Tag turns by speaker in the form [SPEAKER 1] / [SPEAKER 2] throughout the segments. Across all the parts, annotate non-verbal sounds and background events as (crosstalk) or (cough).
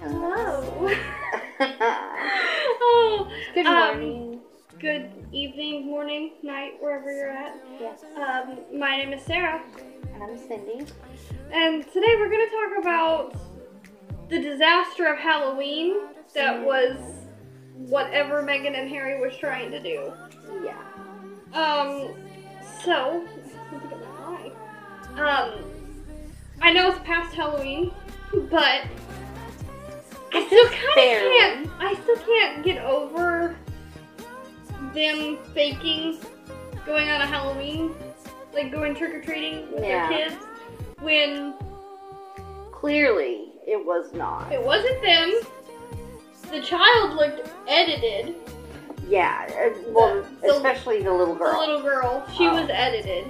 [SPEAKER 1] Hello. (laughs)
[SPEAKER 2] Hello.
[SPEAKER 1] oh,
[SPEAKER 2] Good
[SPEAKER 1] Um,
[SPEAKER 2] morning.
[SPEAKER 1] (laughs) good evening, morning, night, wherever you're at.
[SPEAKER 2] yes.
[SPEAKER 1] Um, my name is Sarah,
[SPEAKER 2] And I'm Cindy.
[SPEAKER 1] and today we're going to talk about the disaster of Halloween that was whatever Meghan and Harry was trying to do.
[SPEAKER 2] Yeah.
[SPEAKER 1] Um, so, I have to get my eye. Um, I know it's past Halloween, but I still kind of
[SPEAKER 2] Barely.
[SPEAKER 1] can't. I still can't get over them faking going on a Halloween, like going trick or treating with
[SPEAKER 2] Yeah.
[SPEAKER 1] their kids when
[SPEAKER 2] Clearly, it was not.
[SPEAKER 1] it wasn't them. The child looked edited.
[SPEAKER 2] Yeah. uh, Well,
[SPEAKER 1] The- the-
[SPEAKER 2] especially the little
[SPEAKER 1] The
[SPEAKER 2] girl.
[SPEAKER 1] little girl. She
[SPEAKER 2] Oh.
[SPEAKER 1] was edited.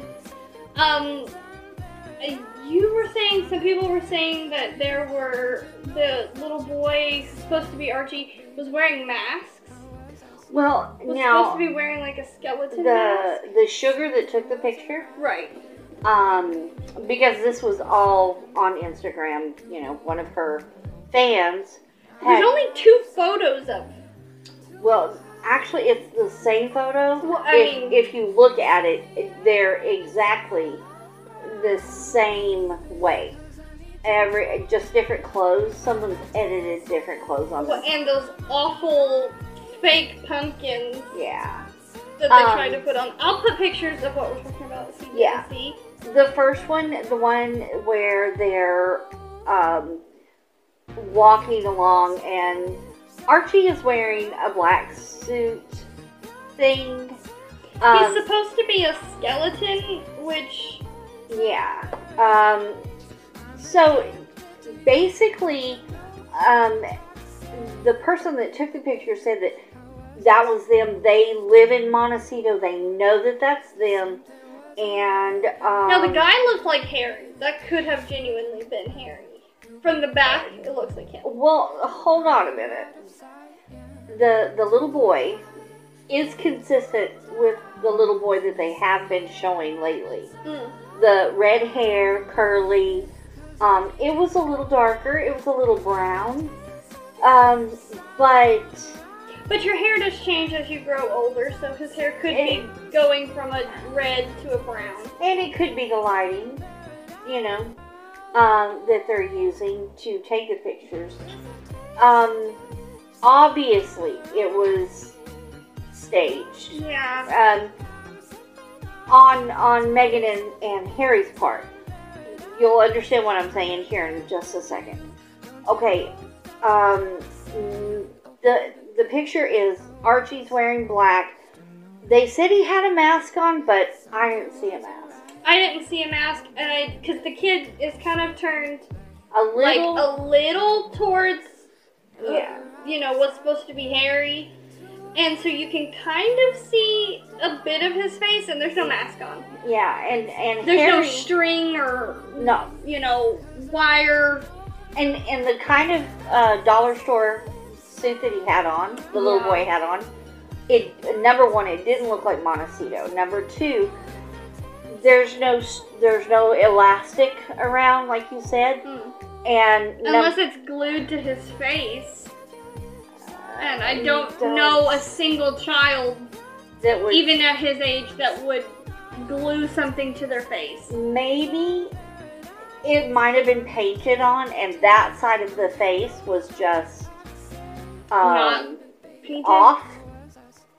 [SPEAKER 1] Um, uh, you were saying some people were saying that there were the little boy supposed to be Archie was wearing masks.
[SPEAKER 2] well,
[SPEAKER 1] Was
[SPEAKER 2] now
[SPEAKER 1] supposed to be wearing like a skeleton
[SPEAKER 2] the
[SPEAKER 1] mask.
[SPEAKER 2] the sugar that took the picture,
[SPEAKER 1] Right.
[SPEAKER 2] um, because this was all on Instagram. You know, one of her fans.
[SPEAKER 1] There's
[SPEAKER 2] Had,
[SPEAKER 1] only two photos of.
[SPEAKER 2] well, actually, it's the same photo.
[SPEAKER 1] Well, I
[SPEAKER 2] if,
[SPEAKER 1] mean-
[SPEAKER 2] if you look at it, they're exactly the same way. Every just different clothes. Someone's edited different clothes on
[SPEAKER 1] Well,
[SPEAKER 2] them.
[SPEAKER 1] and those awful fake pumpkins
[SPEAKER 2] Yeah.
[SPEAKER 1] that they
[SPEAKER 2] Um,
[SPEAKER 1] tried to put on. I'll put pictures of what we're talking about so you
[SPEAKER 2] Yeah.
[SPEAKER 1] can see.
[SPEAKER 2] The first one, the one where they're um, walking along, and Archie is wearing a black suit thing.
[SPEAKER 1] He's
[SPEAKER 2] Um,
[SPEAKER 1] supposed to be a skeleton, which
[SPEAKER 2] Yeah. Um, so basically, um, the person that took the picture said that that was them. They live in Montecito. They know that that's them. And um,
[SPEAKER 1] Now the guy looked like Harry. That could have genuinely been Harry. From the back, it looks like him.
[SPEAKER 2] Well, hold on a minute. The the little boy is consistent with the little boy that they have been showing lately.
[SPEAKER 1] Mm.
[SPEAKER 2] the red hair, curly. Um, it was a little darker. It was a little brown. Um, but
[SPEAKER 1] But your hair does change as you grow older, so his hair could be
[SPEAKER 2] And-
[SPEAKER 1] going from a red to a brown.
[SPEAKER 2] and it could be the lighting, you know, um, that they're using to take the pictures. Um, obviously, it was staged.
[SPEAKER 1] Yeah.
[SPEAKER 2] um, on on Megan and, and Harry's part. You'll understand what I'm saying here in just a second. Okay, um, mm, the the picture is Archie's wearing black. They said he had a mask on, but I didn't see a mask.
[SPEAKER 1] I didn't see a mask, and I because the kid is kind of turned
[SPEAKER 2] A little,
[SPEAKER 1] like oh. a little towards, uh,
[SPEAKER 2] Yeah.
[SPEAKER 1] you know, what's supposed to be Harry, and so you can kind of see a bit of his face, and there's no mask on.
[SPEAKER 2] yeah, and and
[SPEAKER 1] There's
[SPEAKER 2] Harry,
[SPEAKER 1] no string or
[SPEAKER 2] no,
[SPEAKER 1] you know, wire.
[SPEAKER 2] and and the kind of uh, dollar store suit that he had on, the little
[SPEAKER 1] Yeah.
[SPEAKER 2] boy had on, it number one, it didn't look like Montecito. Number two, there's no s- there's no elastic around, like you said, and num-
[SPEAKER 1] Mm. Unless it's glued to his face. And I
[SPEAKER 2] you
[SPEAKER 1] don't know a single child,
[SPEAKER 2] that would
[SPEAKER 1] even at his age, that would glue something to their face.
[SPEAKER 2] maybe it might have been painted on, and that side of the face was just um,
[SPEAKER 1] Not Painted.
[SPEAKER 2] off.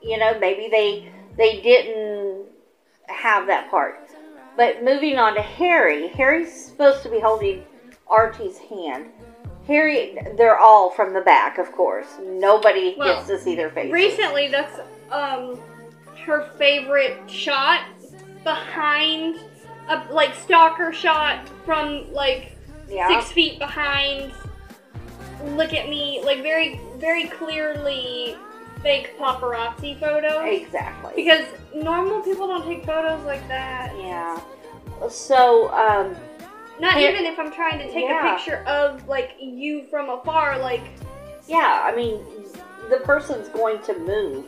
[SPEAKER 2] You know, maybe they they didn't have that part. But moving on to Harry, Harry's supposed to be holding Archie's hand. Harry, they're all from the back, of course. Nobody
[SPEAKER 1] Well,
[SPEAKER 2] gets to see their faces.
[SPEAKER 1] Recently, that's um her favorite shot behind, a like stalker shot from like
[SPEAKER 2] yeah,
[SPEAKER 1] six feet behind. Look at me, like very, very clearly fake paparazzi photos.
[SPEAKER 2] exactly.
[SPEAKER 1] Because normal people don't take photos like that.
[SPEAKER 2] yeah. So, um,
[SPEAKER 1] Not
[SPEAKER 2] Yeah.
[SPEAKER 1] even if I'm trying to take
[SPEAKER 2] Yeah.
[SPEAKER 1] a picture of like you from afar. Like
[SPEAKER 2] yeah, I mean, the person's going to move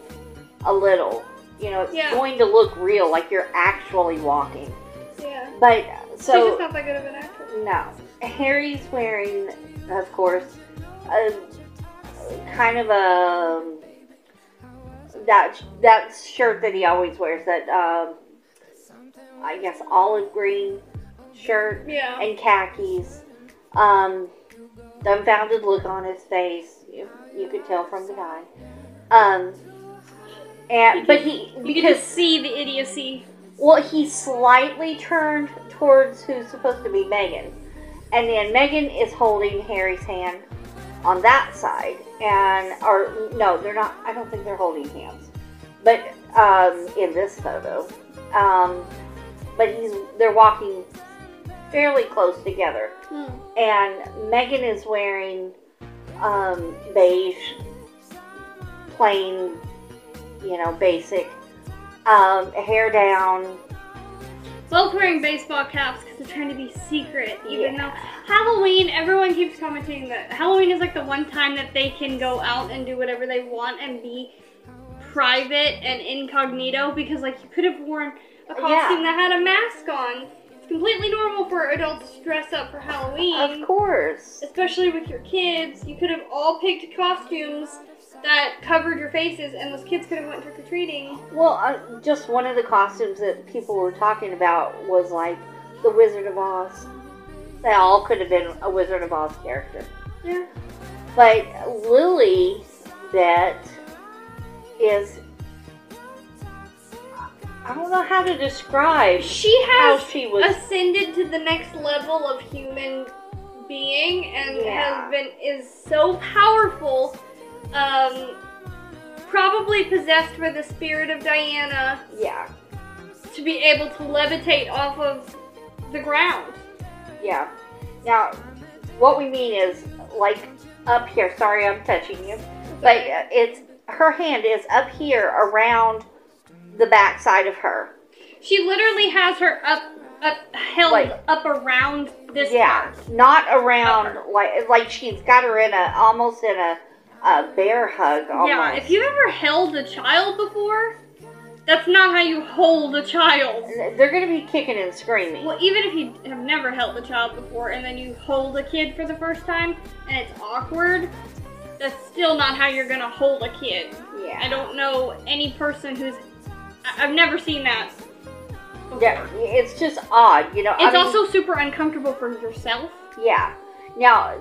[SPEAKER 2] a little. You know, it's
[SPEAKER 1] Yeah.
[SPEAKER 2] going to look real, like you're actually walking.
[SPEAKER 1] yeah,
[SPEAKER 2] But so
[SPEAKER 1] she's just not that good of an actress.
[SPEAKER 2] No. Harry's wearing, of course, a kind of a that that shirt that he always wears that um, I guess olive green shirt
[SPEAKER 1] Yeah.
[SPEAKER 2] and khakis. Um, dumbfounded look on his face. You, you could tell from the guy. Um, and but he
[SPEAKER 1] You can
[SPEAKER 2] because
[SPEAKER 1] just see the idiocy.
[SPEAKER 2] well, he slightly turned towards who's supposed to be Megan. And then Megan is holding Harry's hand on that side. And, or, no, they're not, I don't think they're holding hands. But, um, in this photo. Um, but he's, they're walking fairly close together.
[SPEAKER 1] Hmm.
[SPEAKER 2] And Megan is wearing, um, beige, plain, you know, basic, um, hair down,
[SPEAKER 1] Both wearing baseball caps because they're trying to be secret, even
[SPEAKER 2] Yeah.
[SPEAKER 1] though Halloween, everyone keeps commenting that Halloween is like the one time that they can go out and do whatever they want and be private and incognito because, like, you could have worn a costume that had a mask on. It's completely normal for adults to dress up for Halloween,
[SPEAKER 2] Of course.
[SPEAKER 1] especially with your kids. You could have all picked costumes that covered your faces, and those kids could have went trick or treating.
[SPEAKER 2] Well, uh, just one of the costumes that people were talking about was like the Wizard of Oz. They all could have been a Wizard of Oz character.
[SPEAKER 1] Yeah.
[SPEAKER 2] But Lily Bet is. I don't know how to describe
[SPEAKER 1] She
[SPEAKER 2] how
[SPEAKER 1] has
[SPEAKER 2] she was.
[SPEAKER 1] ascended to the next level of human being and
[SPEAKER 2] Yeah.
[SPEAKER 1] has been is so powerful um probably possessed by the spirit of Diana
[SPEAKER 2] yeah,
[SPEAKER 1] to be able to levitate off of the ground.
[SPEAKER 2] yeah. Now, what we mean is like up here. Sorry, I'm touching you. But uh, it's her hand is up here around the backside of her.
[SPEAKER 1] she literally has her up up held
[SPEAKER 2] Like-
[SPEAKER 1] up around this
[SPEAKER 2] yeah,
[SPEAKER 1] part.
[SPEAKER 2] not around like like she's got her in a almost in a, a bear hug. Almost.
[SPEAKER 1] Yeah, if you've ever held a child before, that's not how you hold a child.
[SPEAKER 2] they're gonna be kicking and screaming.
[SPEAKER 1] Well, even if you have never held a child before and then you hold a kid for the first time and it's awkward, that's still not how you're gonna hold a kid. I
[SPEAKER 2] yeah,
[SPEAKER 1] don't know any person who's. I- I've never seen that. before.
[SPEAKER 2] yeah, it's just odd, you know. I
[SPEAKER 1] It's
[SPEAKER 2] mean,
[SPEAKER 1] also super uncomfortable for yourself.
[SPEAKER 2] yeah. Now,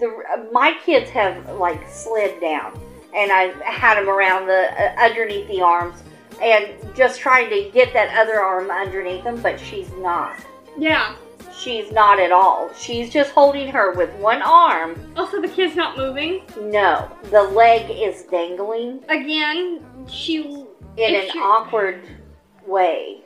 [SPEAKER 2] the uh, my kids have like slid down, and I had them around the uh, underneath the arms, and just trying to get that other arm underneath them, but she's not.
[SPEAKER 1] Yeah.
[SPEAKER 2] She's not at all. She's just holding her with one arm.
[SPEAKER 1] Also, the kid's not moving.
[SPEAKER 2] No, the leg is dangling
[SPEAKER 1] Again, she.
[SPEAKER 2] in
[SPEAKER 1] If
[SPEAKER 2] an
[SPEAKER 1] she-
[SPEAKER 2] awkward way.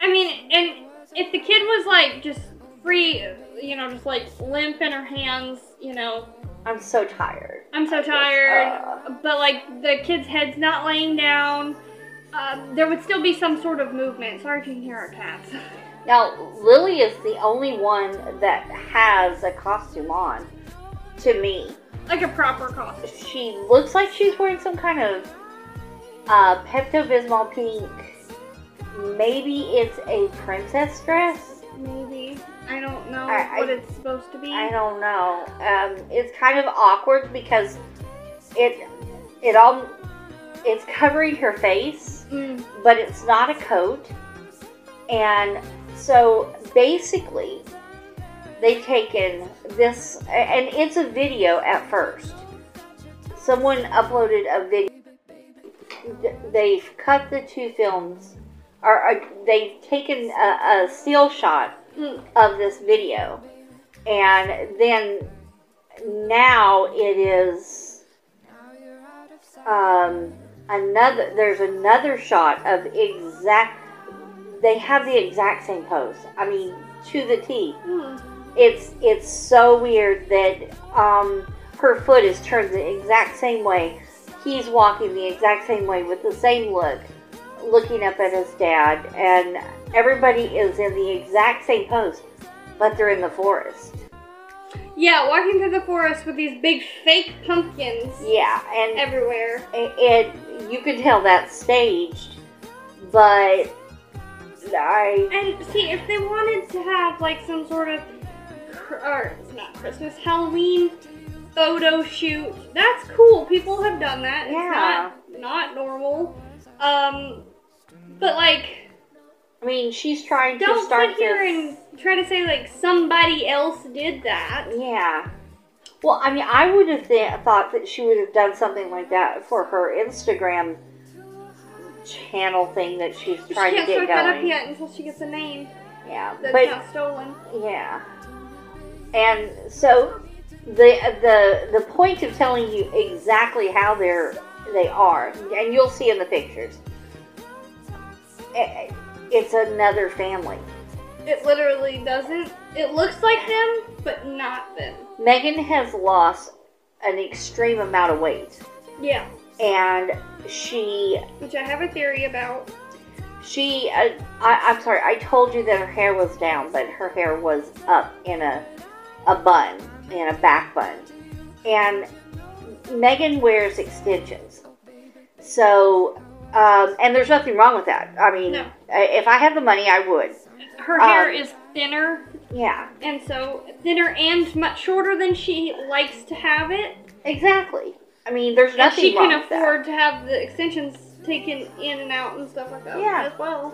[SPEAKER 1] I mean, and if the kid was like just free, you know, just like limp in her hands, you know,
[SPEAKER 2] I'm so tired. Uh,
[SPEAKER 1] I'm so tired. but like the kid's head's not laying down. Um, there would still be some sort of movement. Sorry if you can hear our cats. (laughs)
[SPEAKER 2] Now, Lily is the only one that has a costume on to me.
[SPEAKER 1] like a proper costume.
[SPEAKER 2] She looks like she's wearing some kind of uh, Pepto Bismol pink. Maybe it's a princess dress.
[SPEAKER 1] Maybe. I don't know
[SPEAKER 2] I- I-
[SPEAKER 1] what it's supposed to be.
[SPEAKER 2] I don't know. Um, it's kind of awkward because it it all it's covering her face,
[SPEAKER 1] Mm,
[SPEAKER 2] but it's not a coat. And so basically, they've taken this, and it's a video at first. Someone uploaded a video. They've cut the two films, or, uh they've taken a, a still shot
[SPEAKER 1] mm.
[SPEAKER 2] of this video. And then now it is um, another, there's another shot of exact, they have the exact same pose. I mean, to the T.
[SPEAKER 1] Mm.
[SPEAKER 2] It's, it's so weird that um, her foot is turned the exact same way. He's walking the exact same way with the same look, looking up at his dad, and everybody is in the exact same pose, but they're in the forest.
[SPEAKER 1] Yeah, walking through the forest with these big fake pumpkins
[SPEAKER 2] Yeah, and
[SPEAKER 1] everywhere.
[SPEAKER 2] it you can tell that's staged, but I
[SPEAKER 1] And see, if they wanted to have like some sort of, cr- or it's not Christmas, Halloween photo shoot. That's cool. People have done that.
[SPEAKER 2] Yeah.
[SPEAKER 1] It's not not normal. Um, but like.
[SPEAKER 2] I mean, she's trying to
[SPEAKER 1] Don't
[SPEAKER 2] start
[SPEAKER 1] sit here
[SPEAKER 2] this.
[SPEAKER 1] and try to say like somebody else did that.
[SPEAKER 2] Yeah. Well, I mean, I would have th- thought that she would have done something like that for her Instagram channel thing that she's
[SPEAKER 1] She
[SPEAKER 2] trying
[SPEAKER 1] can't
[SPEAKER 2] to
[SPEAKER 1] start
[SPEAKER 2] get
[SPEAKER 1] that up
[SPEAKER 2] going.
[SPEAKER 1] yet until she gets a name
[SPEAKER 2] Yeah,
[SPEAKER 1] that's
[SPEAKER 2] but
[SPEAKER 1] not stolen.
[SPEAKER 2] yeah, and so the the the point of telling you exactly how they're they are, and you'll see in the pictures, i- it's another family.
[SPEAKER 1] It literally doesn't. It looks like them, but not them.
[SPEAKER 2] Megan has lost an extreme amount of weight,
[SPEAKER 1] Yeah,
[SPEAKER 2] and she
[SPEAKER 1] which I have a theory about.
[SPEAKER 2] She, uh, I, I'm sorry, I told you that her hair was down, but her hair was up in a, a bun, in a back bun. And Megan wears extensions. So, um, and there's nothing wrong with that. I mean,
[SPEAKER 1] No.
[SPEAKER 2] i- if I had the money, I would.
[SPEAKER 1] Her
[SPEAKER 2] Um,
[SPEAKER 1] hair is thinner,
[SPEAKER 2] Yeah,
[SPEAKER 1] and so thinner and much shorter than she likes to have it.
[SPEAKER 2] exactly. I mean, there's
[SPEAKER 1] And
[SPEAKER 2] nothing
[SPEAKER 1] she
[SPEAKER 2] wrong
[SPEAKER 1] can
[SPEAKER 2] with that.
[SPEAKER 1] afford to have the extensions taken in and out and stuff like that
[SPEAKER 2] Yeah.
[SPEAKER 1] as well.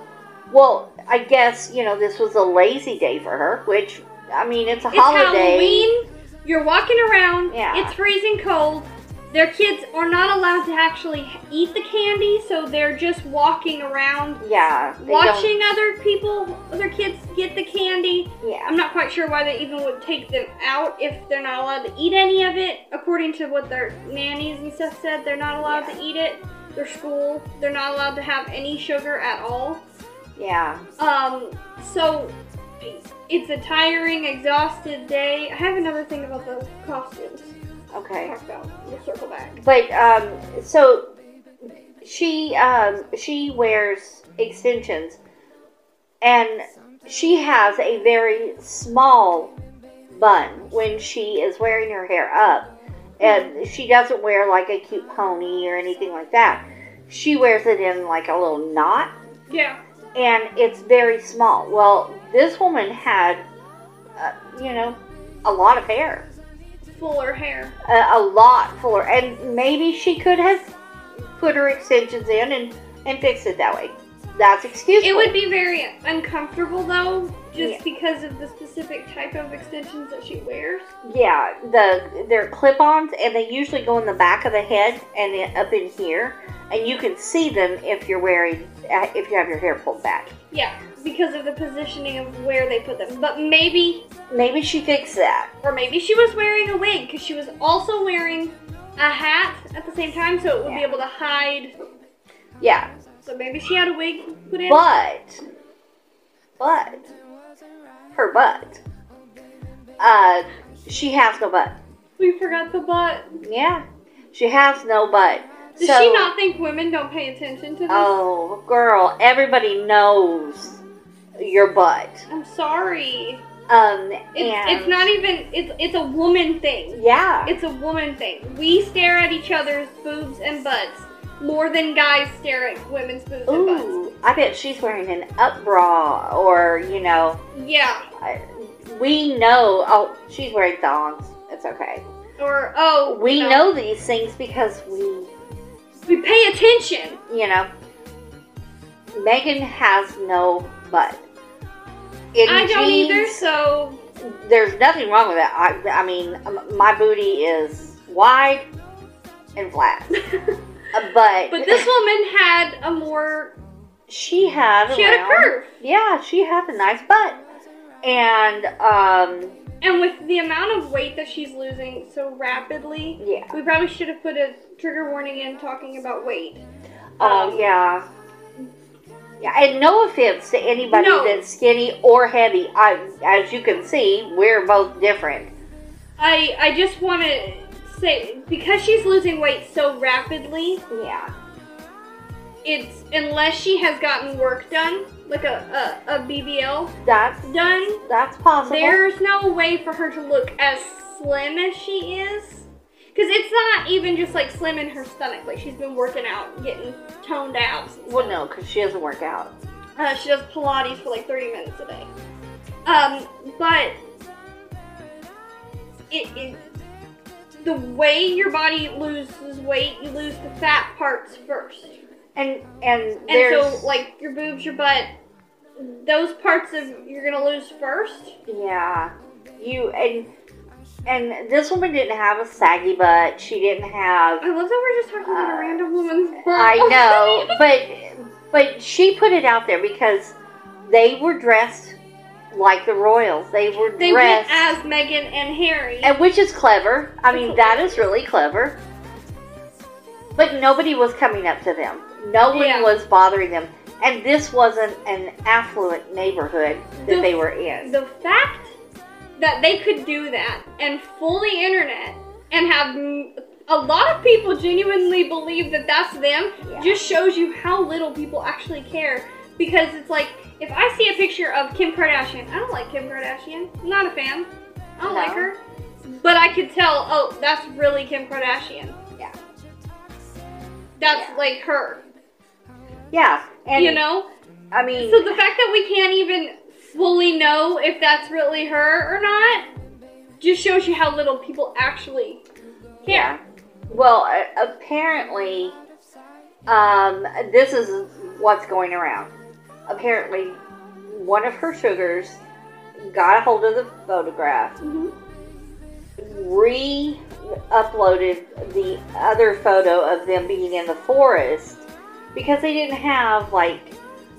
[SPEAKER 2] Well, I guess, you know, this was a lazy day for her, which, I mean, it's a
[SPEAKER 1] It's
[SPEAKER 2] holiday.
[SPEAKER 1] Halloween. You're walking around.
[SPEAKER 2] Yeah.
[SPEAKER 1] It's freezing cold. Their kids are not allowed to actually eat the candy, so they're just walking around,
[SPEAKER 2] Yeah. they don't-
[SPEAKER 1] watching other people, other kids get the candy.
[SPEAKER 2] Yeah.
[SPEAKER 1] I'm not quite sure why they even would take them out if they're not allowed to eat any of it. According to what their nannies and stuff said, they're not allowed
[SPEAKER 2] Yeah.
[SPEAKER 1] to eat it. Their school, they're not allowed to have any sugar at all.
[SPEAKER 2] Yeah.
[SPEAKER 1] Um, so it's a tiring, exhausted day. I have another thing about the costumes.
[SPEAKER 2] Okay.
[SPEAKER 1] Talk about. We'll circle back.
[SPEAKER 2] But um, so she um, she wears extensions, and she has a very small bun when she is wearing her hair up, and she doesn't wear like a cute pony or anything like that. She wears it in like a little knot,
[SPEAKER 1] Yeah.
[SPEAKER 2] and it's very small. Well, this woman had, uh, you know, a lot of hair
[SPEAKER 1] Fuller hair.
[SPEAKER 2] a, a lot for her, and maybe she could have put her extensions in and and fixed it that way. That's excusable.
[SPEAKER 1] It would be very uncomfortable though, just
[SPEAKER 2] Yeah.
[SPEAKER 1] because of the specific type of extensions that she wears.
[SPEAKER 2] yeah. The they're clip-ons, and they usually go in the back of the head and then up in here, and you can see them if you're wearing uh, if you have your hair pulled back.
[SPEAKER 1] Yeah, because of the positioning of where they put them. But maybe,
[SPEAKER 2] Maybe she fixed that.
[SPEAKER 1] or maybe she was wearing a wig because she was also wearing a hat at the same time, so it would be
[SPEAKER 2] Yeah.
[SPEAKER 1] able to hide.
[SPEAKER 2] Yeah,
[SPEAKER 1] So maybe she had a wig put in.
[SPEAKER 2] but but her butt. Uh, she has no butt.
[SPEAKER 1] we forgot the butt.
[SPEAKER 2] Yeah, she has no butt.
[SPEAKER 1] Does
[SPEAKER 2] so,
[SPEAKER 1] she not think women don't pay attention to this?
[SPEAKER 2] Oh, girl, everybody knows your butt.
[SPEAKER 1] I'm sorry.
[SPEAKER 2] Um,
[SPEAKER 1] It's,
[SPEAKER 2] and
[SPEAKER 1] it's not even. It's it's a woman thing.
[SPEAKER 2] Yeah,
[SPEAKER 1] It's a woman thing. We stare at each other's boobs and butts more than guys stare at women's boobs and
[SPEAKER 2] ooh, I bet she's wearing an up bra, or you know,
[SPEAKER 1] butts. Yeah.
[SPEAKER 2] I- we know. Oh, she's wearing thongs. It's okay.
[SPEAKER 1] Or oh,
[SPEAKER 2] We
[SPEAKER 1] no.
[SPEAKER 2] know these things because we
[SPEAKER 1] We pay attention.
[SPEAKER 2] you know, Megan has no butt. In
[SPEAKER 1] I don't either.
[SPEAKER 2] jeans,
[SPEAKER 1] So (laughs)
[SPEAKER 2] There's nothing wrong with that. I, I mean, um, my booty is wide and flat, Uh, but
[SPEAKER 1] But this woman had a more
[SPEAKER 2] she had
[SPEAKER 1] she had a
[SPEAKER 2] around-
[SPEAKER 1] curve.
[SPEAKER 2] Yeah, she had a nice butt, and um,
[SPEAKER 1] And with the amount of weight that she's losing so rapidly,
[SPEAKER 2] yeah,
[SPEAKER 1] we probably should have put a trigger warning in talking about weight. Um,
[SPEAKER 2] oh yeah. Yeah, and no offense to anybody
[SPEAKER 1] No.
[SPEAKER 2] that's skinny or heavy. I, as you can see, we're both different.
[SPEAKER 1] I I just want to say because she's losing weight so rapidly,
[SPEAKER 2] Yeah.
[SPEAKER 1] it's unless she has gotten work done, like a a, a BBL
[SPEAKER 2] That's
[SPEAKER 1] done,
[SPEAKER 2] that's possible.
[SPEAKER 1] there's no way for her to look as slim as she is. Cause it's not even just like slim in her stomach, like she's been working out, getting toned out.
[SPEAKER 2] well, no, because she doesn't work out.
[SPEAKER 1] Uh, she does Pilates for like 30 minutes a day. Um, but it, it the way your body loses weight, you lose the fat parts first.
[SPEAKER 2] And and
[SPEAKER 1] And
[SPEAKER 2] there's
[SPEAKER 1] so, like your boobs, your butt, those parts of you're gonna lose first.
[SPEAKER 2] yeah, you and and this woman didn't have a saggy butt. She didn't have.
[SPEAKER 1] I love that we're just talking about
[SPEAKER 2] Uh,
[SPEAKER 1] a random woman's butt.
[SPEAKER 2] I know, but but she put it out there because they were dressed like the royals. They were
[SPEAKER 1] they
[SPEAKER 2] dressed
[SPEAKER 1] went as Meghan and Harry.
[SPEAKER 2] And which is clever. I mean, that is really clever. But nobody was coming up to them. No one
[SPEAKER 1] Yeah.
[SPEAKER 2] was bothering them. And this wasn't an affluent neighborhood that
[SPEAKER 1] The-
[SPEAKER 2] they were in.
[SPEAKER 1] the fact that they could do that and fool the internet and have m- a lot of people genuinely believe that that's them
[SPEAKER 2] Yeah.
[SPEAKER 1] just shows you how little people actually care because it's like if i see a picture of kim kardashian i don't like kim kardashian not a fan i don't like
[SPEAKER 2] No.
[SPEAKER 1] her but i could tell oh that's really kim kardashian
[SPEAKER 2] Yeah.
[SPEAKER 1] that's
[SPEAKER 2] Yeah.
[SPEAKER 1] like her
[SPEAKER 2] yeah. And,
[SPEAKER 1] you know
[SPEAKER 2] I mean,
[SPEAKER 1] so the fact that we can't even fully know if that's really her or not just shows you how little people actually
[SPEAKER 2] yeah.
[SPEAKER 1] care.
[SPEAKER 2] Well, a- apparently, um, this is what's going around. Apparently, one of her sugars got a hold of the photograph re-uploaded the other photo of them being in the forest because they didn't have like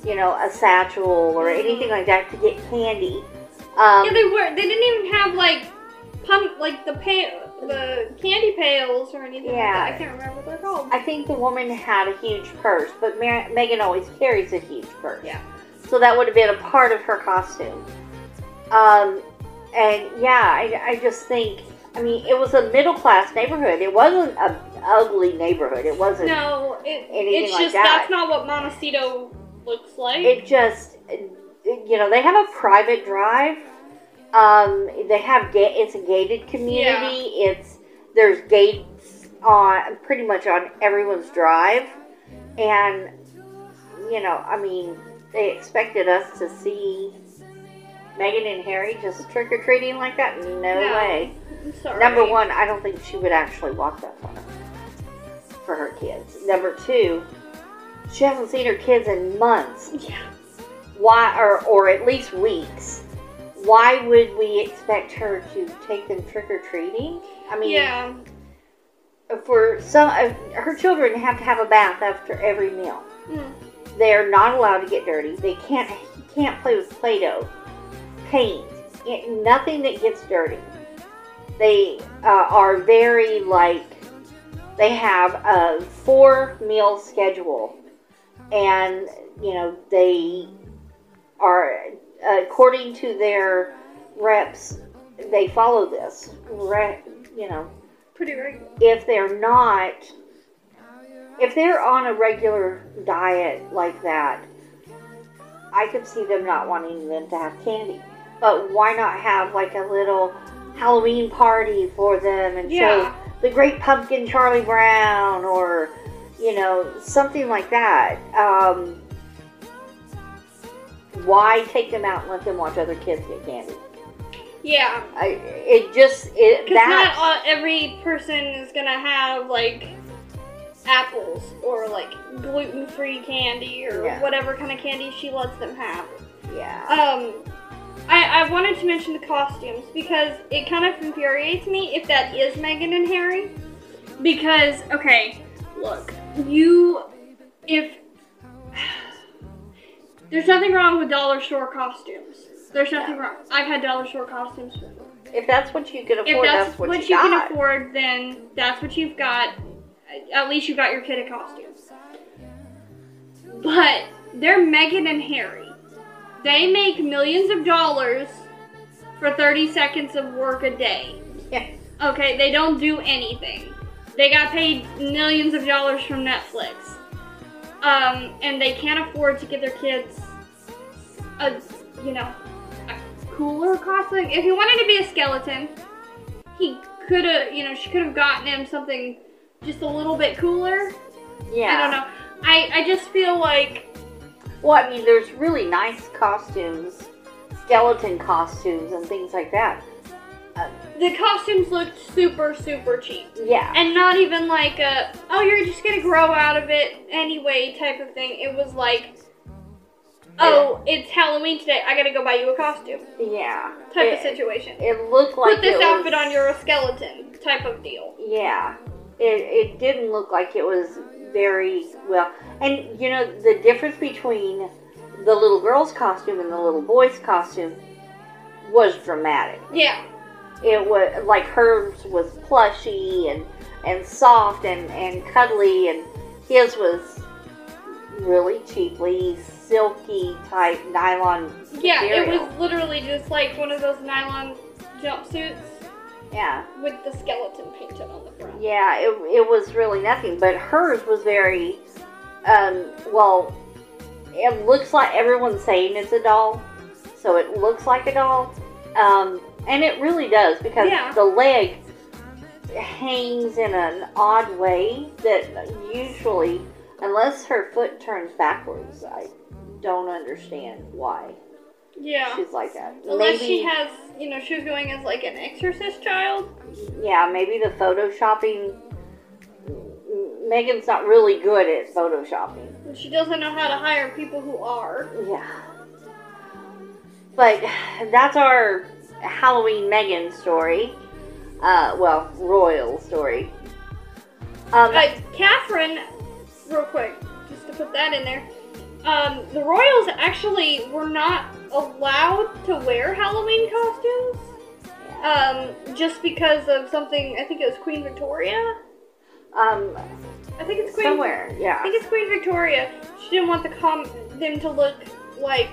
[SPEAKER 2] you know a satchel or anything like that to get candy um,
[SPEAKER 1] Yeah, they were. They didn't even have like pump, like the pa- the candy pails or anything.
[SPEAKER 2] Yeah.
[SPEAKER 1] like that. I can't remember what they're called.
[SPEAKER 2] i think the woman had a huge purse but Mer- megan always carries a huge purse
[SPEAKER 1] Yeah.
[SPEAKER 2] so that would have been a part of her costume um, and yeah I, I just think i mean it was a middle class neighborhood it wasn't a ugly neighborhood it wasn't
[SPEAKER 1] No, it,
[SPEAKER 2] Anything
[SPEAKER 1] it's
[SPEAKER 2] like
[SPEAKER 1] just
[SPEAKER 2] that.
[SPEAKER 1] that's not what Montecito looks like.
[SPEAKER 2] it just you know they have a private drive um they have ga- it's a gated community it's there's gates on pretty much on everyone's drive and you know i mean they expected us to see Megan and Harry just trick or treating like that? No,
[SPEAKER 1] No.
[SPEAKER 2] way.
[SPEAKER 1] I'm sorry.
[SPEAKER 2] Number one, I don't think she would actually walk that far for her kids. Number two, she hasn't seen her kids in months
[SPEAKER 1] Yeah.
[SPEAKER 2] why or or at least weeks why would we expect her to take them trick-or-treating i mean
[SPEAKER 1] Yeah.
[SPEAKER 2] for some uh, her children have to have a bath after every meal
[SPEAKER 1] Mm.
[SPEAKER 2] they're not allowed to get dirty they can't can't play with play-doh paint it, nothing that gets dirty they uh, are very like they have a four meal schedule and you know they are according to their reps they follow this Re- you know
[SPEAKER 1] Pretty regular.
[SPEAKER 2] if they're not if they're on a regular diet like that i could see them not wanting them to have candy but why not have like a little halloween party for them and
[SPEAKER 1] Yeah.
[SPEAKER 2] show the great pumpkin charlie brown or you know something like that um, why take them out and let them watch other kids get candy
[SPEAKER 1] Yeah.
[SPEAKER 2] I, it just it
[SPEAKER 1] Because not
[SPEAKER 2] that
[SPEAKER 1] all, every person is gonna have like apples or like gluten-free candy or
[SPEAKER 2] Yeah.
[SPEAKER 1] whatever kind of candy she lets them have.
[SPEAKER 2] yeah
[SPEAKER 1] Um, I, I wanted to mention the costumes because it kind of infuriates me if that is Meghan and Harry. Because okay, look, you if (sighs) there's nothing wrong with dollar store costumes. There's nothing wrong. I've had dollar store costumes before.
[SPEAKER 2] If that's what you could afford,
[SPEAKER 1] if that's, what, you,
[SPEAKER 2] got.
[SPEAKER 1] can afford, then that's what you've got. At least you got your kid a costume. But they're Meghan and Harry. They make millions of dollars for 30 seconds of work a day.
[SPEAKER 2] Yeah.
[SPEAKER 1] Okay, they don't do anything. They got paid millions of dollars from Netflix. Um, and they can't afford to give their kids a, you know, a cooler costume. If he wanted to be a skeleton, he could have, you know, she could have gotten him something just a little bit cooler.
[SPEAKER 2] Yeah.
[SPEAKER 1] I don't know. I, I just feel like,
[SPEAKER 2] Well, I mean, there's really nice costumes, skeleton costumes, and things like that. Uh,
[SPEAKER 1] The costumes looked super, super cheap.
[SPEAKER 2] yeah.
[SPEAKER 1] And not even like a, oh, you're just gonna grow out of it anyway type of thing. It was like, oh, it's Halloween today. I gotta go buy you a costume
[SPEAKER 2] Yeah.
[SPEAKER 1] type
[SPEAKER 2] it,
[SPEAKER 1] of situation.
[SPEAKER 2] It looked like
[SPEAKER 1] Put this
[SPEAKER 2] it was-
[SPEAKER 1] outfit on, you're a skeleton type of deal.
[SPEAKER 2] Yeah. It, it didn't look like it was very well. And, you know, the difference between the little girl's costume and the little boy's costume was dramatic.
[SPEAKER 1] Yeah.
[SPEAKER 2] It was like hers was plushy and, and soft and, and cuddly, and his was really cheaply silky type nylon.
[SPEAKER 1] Yeah, it
[SPEAKER 2] material.
[SPEAKER 1] was literally just like one of those nylon jumpsuits
[SPEAKER 2] Yeah.
[SPEAKER 1] with the skeleton painted on the front.
[SPEAKER 2] Yeah, it, it was really nothing. But hers was very, um, well, it looks like everyone's saying it's a doll. So it looks like a doll. Um, and it really does because
[SPEAKER 1] Yeah.
[SPEAKER 2] the leg hangs in an odd way that usually, unless her foot turns backwards, I don't understand why
[SPEAKER 1] Yeah.
[SPEAKER 2] she's like that.
[SPEAKER 1] Unless
[SPEAKER 2] Maybe-
[SPEAKER 1] she has, you know, she was going as like an exorcist child.
[SPEAKER 2] Yeah, maybe the photoshopping. Megan's not really good at photoshopping.
[SPEAKER 1] And she doesn't know how to hire people who are.
[SPEAKER 2] Yeah. But that's our Halloween Megan story. Uh, well, royal story. Um,
[SPEAKER 1] Uh, Catherine, real quick, just to put that in there, um, the royals actually were not allowed to wear Halloween costumes um, just because of something, I think it was Queen Victoria.
[SPEAKER 2] um,
[SPEAKER 1] I think it's Queen
[SPEAKER 2] somewhere,
[SPEAKER 1] I
[SPEAKER 2] yeah.
[SPEAKER 1] think it's Queen Victoria. She didn't want the com- them to look like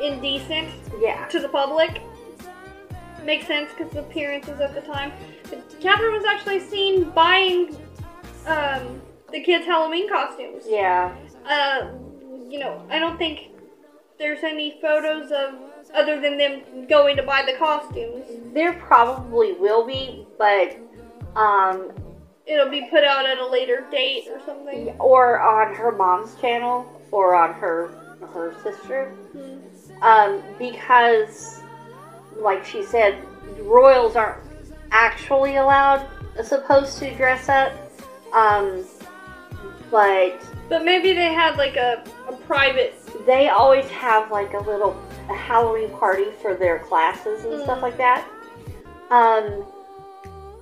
[SPEAKER 1] indecent
[SPEAKER 2] Yeah.
[SPEAKER 1] to the public. Makes sense because the appearances at the time. But Catherine was actually seen buying um, the kids' Halloween costumes.
[SPEAKER 2] Yeah.
[SPEAKER 1] Uh, you know, I don't think there's any photos of other than them going to buy the costumes.
[SPEAKER 2] There probably will be, but, um,
[SPEAKER 1] It'll be put out at a later date or something.
[SPEAKER 2] or on her mom's channel, or on her, her sister.
[SPEAKER 1] Hmm.
[SPEAKER 2] um, because, like she said, royals aren't actually allowed, supposed to dress up. Um, but
[SPEAKER 1] But maybe they had like a, a private.
[SPEAKER 2] they always have like a little Halloween party for their classes and stuff
[SPEAKER 1] Mm.
[SPEAKER 2] like that. Um,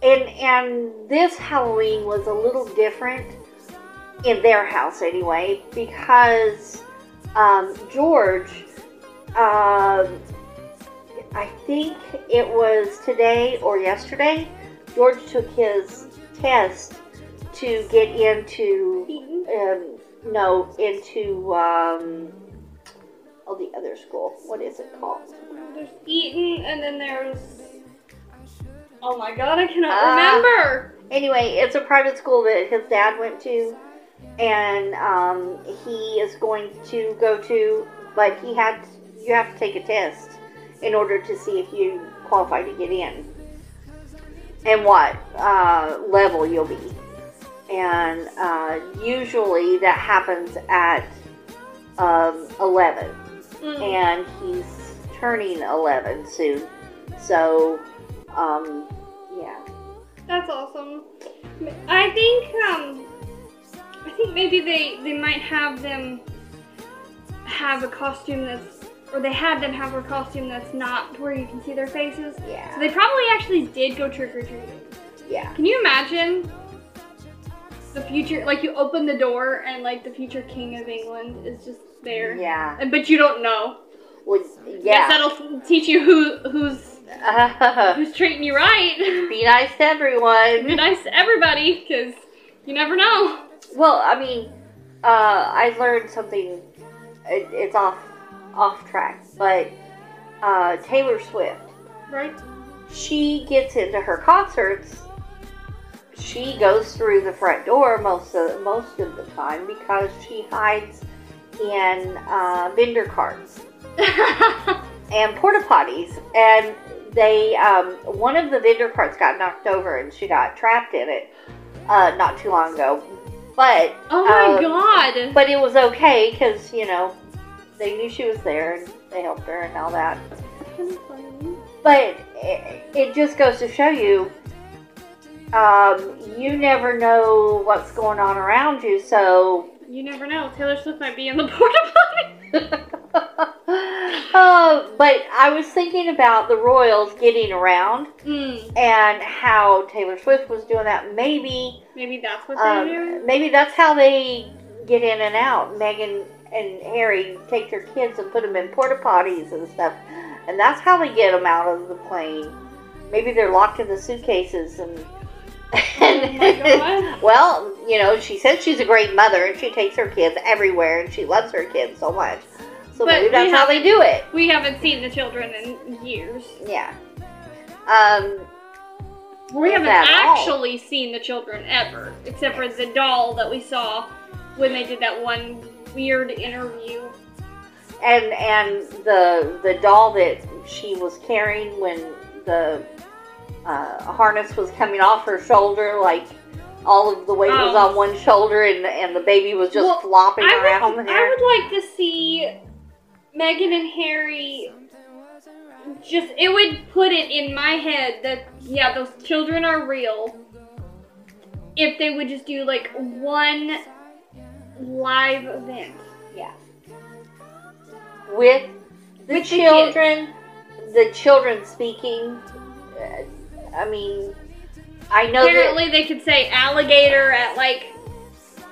[SPEAKER 2] and and this Halloween was a little different in their house anyway because um, George, um, I think it was today or yesterday, George took his test to get into
[SPEAKER 1] Eaton.
[SPEAKER 2] um, no, into um, oh, the other school. What is it called?
[SPEAKER 1] There's Eaton, and then there's. Oh my god, I cannot
[SPEAKER 2] Ah.
[SPEAKER 1] remember!
[SPEAKER 2] Anyway, it's a private school that his dad went to, and um, he is going to go to, but he had you have to take a test in order to see if you qualify to get in and what uh, level you'll be. And uh, usually that happens at um, 11.
[SPEAKER 1] Mm.
[SPEAKER 2] and he's turning 11 soon. So, um, yeah.
[SPEAKER 1] That's awesome. I think, um. I think maybe they, they might have them have a costume that's. Or they had them have a costume that's not where you can see their faces. So
[SPEAKER 2] Yeah.
[SPEAKER 1] they probably actually did go trick or treating.
[SPEAKER 2] Yeah.
[SPEAKER 1] Can you imagine? The future, like you open the door and like the future king of England is just there.
[SPEAKER 2] Yeah.
[SPEAKER 1] And- But you don't know.
[SPEAKER 2] Well,
[SPEAKER 1] Guess
[SPEAKER 2] yeah.
[SPEAKER 1] that'll teach you who who's who's treating you
[SPEAKER 2] (laughs)
[SPEAKER 1] right. (laughs)
[SPEAKER 2] Be nice to
[SPEAKER 1] Be
[SPEAKER 2] everyone.
[SPEAKER 1] nice to everybody, because you never know.
[SPEAKER 2] Well, I mean, uh, I learned something. It, it's off, off track, but uh, Taylor Swift.
[SPEAKER 1] (laughs) Right?
[SPEAKER 2] she gets into her concerts, she goes through the front door most of most of the time because she hides in uh, vendor carts
[SPEAKER 1] Oh
[SPEAKER 2] and porta potties, and they um, one of the vendor carts got knocked over and she got trapped in it uh, not too long ago, but
[SPEAKER 1] oh my
[SPEAKER 2] Um, (laughs)
[SPEAKER 1] god.
[SPEAKER 2] but it was okay because you know they knew she was there and they helped her and all that.
[SPEAKER 1] kind of funny.
[SPEAKER 2] But it, it just goes to show you, um, you never know what's going on around you. So, (laughs)
[SPEAKER 1] You never know. Taylor Swift might be in the (laughs) porta potty.
[SPEAKER 2] uh, but I was thinking about the Royals getting around Hmm.
[SPEAKER 1] Mm,
[SPEAKER 2] and how Taylor Swift was doing that. Maybe,
[SPEAKER 1] maybe that's what they're
[SPEAKER 2] um, (laughs)
[SPEAKER 1] doing.
[SPEAKER 2] maybe that's how they get in and out. Megan and Harry take their kids and put them in porta potties and stuff, and that's how they get them out of the plane. Maybe they're locked in the suitcases and.
[SPEAKER 1] Oh
[SPEAKER 2] (laughs)
[SPEAKER 1] God.
[SPEAKER 2] well, you know, she says she's a great mother and she takes her kids everywhere and she loves her kids so much. So
[SPEAKER 1] But
[SPEAKER 2] maybe
[SPEAKER 1] we
[SPEAKER 2] that's how they do it.
[SPEAKER 1] We haven't seen the children in years.
[SPEAKER 2] Yeah. Um,
[SPEAKER 1] We haven't
[SPEAKER 2] Not at all.
[SPEAKER 1] actually seen the children ever, except for the doll that we saw when they did that one weird interview.
[SPEAKER 2] and and the the doll that she was carrying when the uh, harness was coming off her shoulder, like all of the weight was
[SPEAKER 1] Oh.
[SPEAKER 2] on one shoulder, and and the baby was just
[SPEAKER 1] Well,
[SPEAKER 2] flopping
[SPEAKER 1] I
[SPEAKER 2] around
[SPEAKER 1] would,
[SPEAKER 2] there.
[SPEAKER 1] I would like to see Megan and Harry. Just it would put it in my head that yeah, those children are real. If they would just do like one live event.
[SPEAKER 2] yeah. With the
[SPEAKER 1] With the kids.
[SPEAKER 2] children, the, children speaking. uh, I mean, I know
[SPEAKER 1] Apparently, they could say alligator at like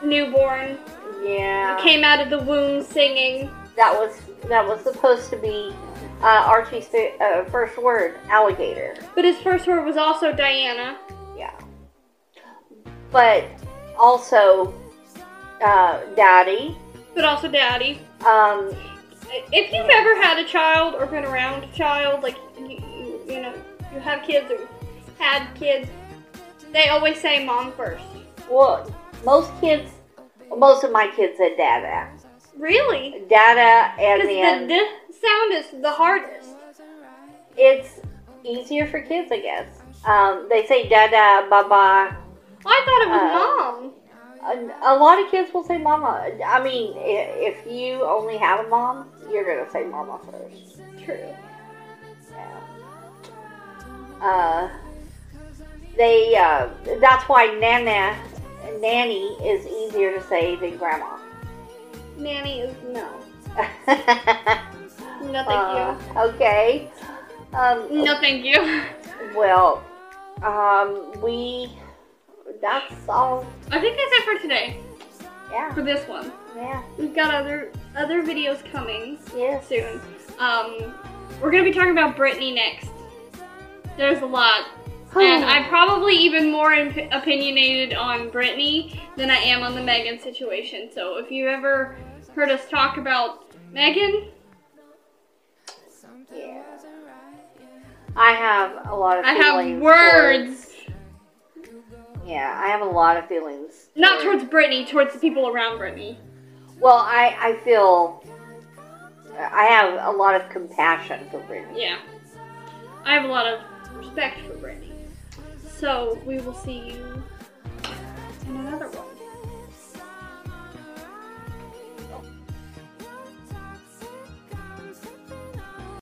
[SPEAKER 1] newborn
[SPEAKER 2] that. Yeah.
[SPEAKER 1] came out of the womb singing.
[SPEAKER 2] that was that was supposed to be uh, Archie's fi- uh, first word, alligator.
[SPEAKER 1] But his first word was also Diana.
[SPEAKER 2] Yeah. But also, uh, daddy.
[SPEAKER 1] But also daddy.
[SPEAKER 2] Um,
[SPEAKER 1] If you've ever had a child or been around a child, like you, you, you know, you have kids or had kids, they always say mom first.
[SPEAKER 2] well, most kids, most of my kids said dada,
[SPEAKER 1] Really?
[SPEAKER 2] dada, and
[SPEAKER 1] Because the
[SPEAKER 2] then
[SPEAKER 1] d sound is the hardest.
[SPEAKER 2] it's easier for kids, I guess. Um, they say dada, baba.
[SPEAKER 1] I thought it
[SPEAKER 2] Uh,
[SPEAKER 1] was mom.
[SPEAKER 2] A, a lot of kids will say mama. I mean, i- if you only have a mom, you're gonna say mama first.
[SPEAKER 1] True.
[SPEAKER 2] Uh, they uh, that's why Nana Nanny is easier to say than
[SPEAKER 1] (laughs)
[SPEAKER 2] Grandma.
[SPEAKER 1] Nanny is no. No,
[SPEAKER 2] Uh,
[SPEAKER 1] thank
[SPEAKER 2] okay.
[SPEAKER 1] you.
[SPEAKER 2] Um,
[SPEAKER 1] No, thank you. (laughs)
[SPEAKER 2] Well, um, we that's all.
[SPEAKER 1] I think that's it for today.
[SPEAKER 2] Yeah.
[SPEAKER 1] For this one,
[SPEAKER 2] Yeah.
[SPEAKER 1] we've got other other videos coming.
[SPEAKER 2] Yes.
[SPEAKER 1] soon. Um, we're gonna be talking about Britney next. There's a lot, and I'm probably even more imp- opinionated on Britney than I am on the Megan situation. So if you ever heard us talk about Megan,
[SPEAKER 2] Yeah. I have a lot of.
[SPEAKER 1] I have
[SPEAKER 2] feelings
[SPEAKER 1] words
[SPEAKER 2] towards- yeah, I have a lot of feelings.
[SPEAKER 1] not
[SPEAKER 2] towards-
[SPEAKER 1] towards Britney, towards the people around Britney.
[SPEAKER 2] Well, I I feel. I have a lot of compassion for Brittany.
[SPEAKER 1] Yeah, I have a lot of respect for Britney. So we will see you in another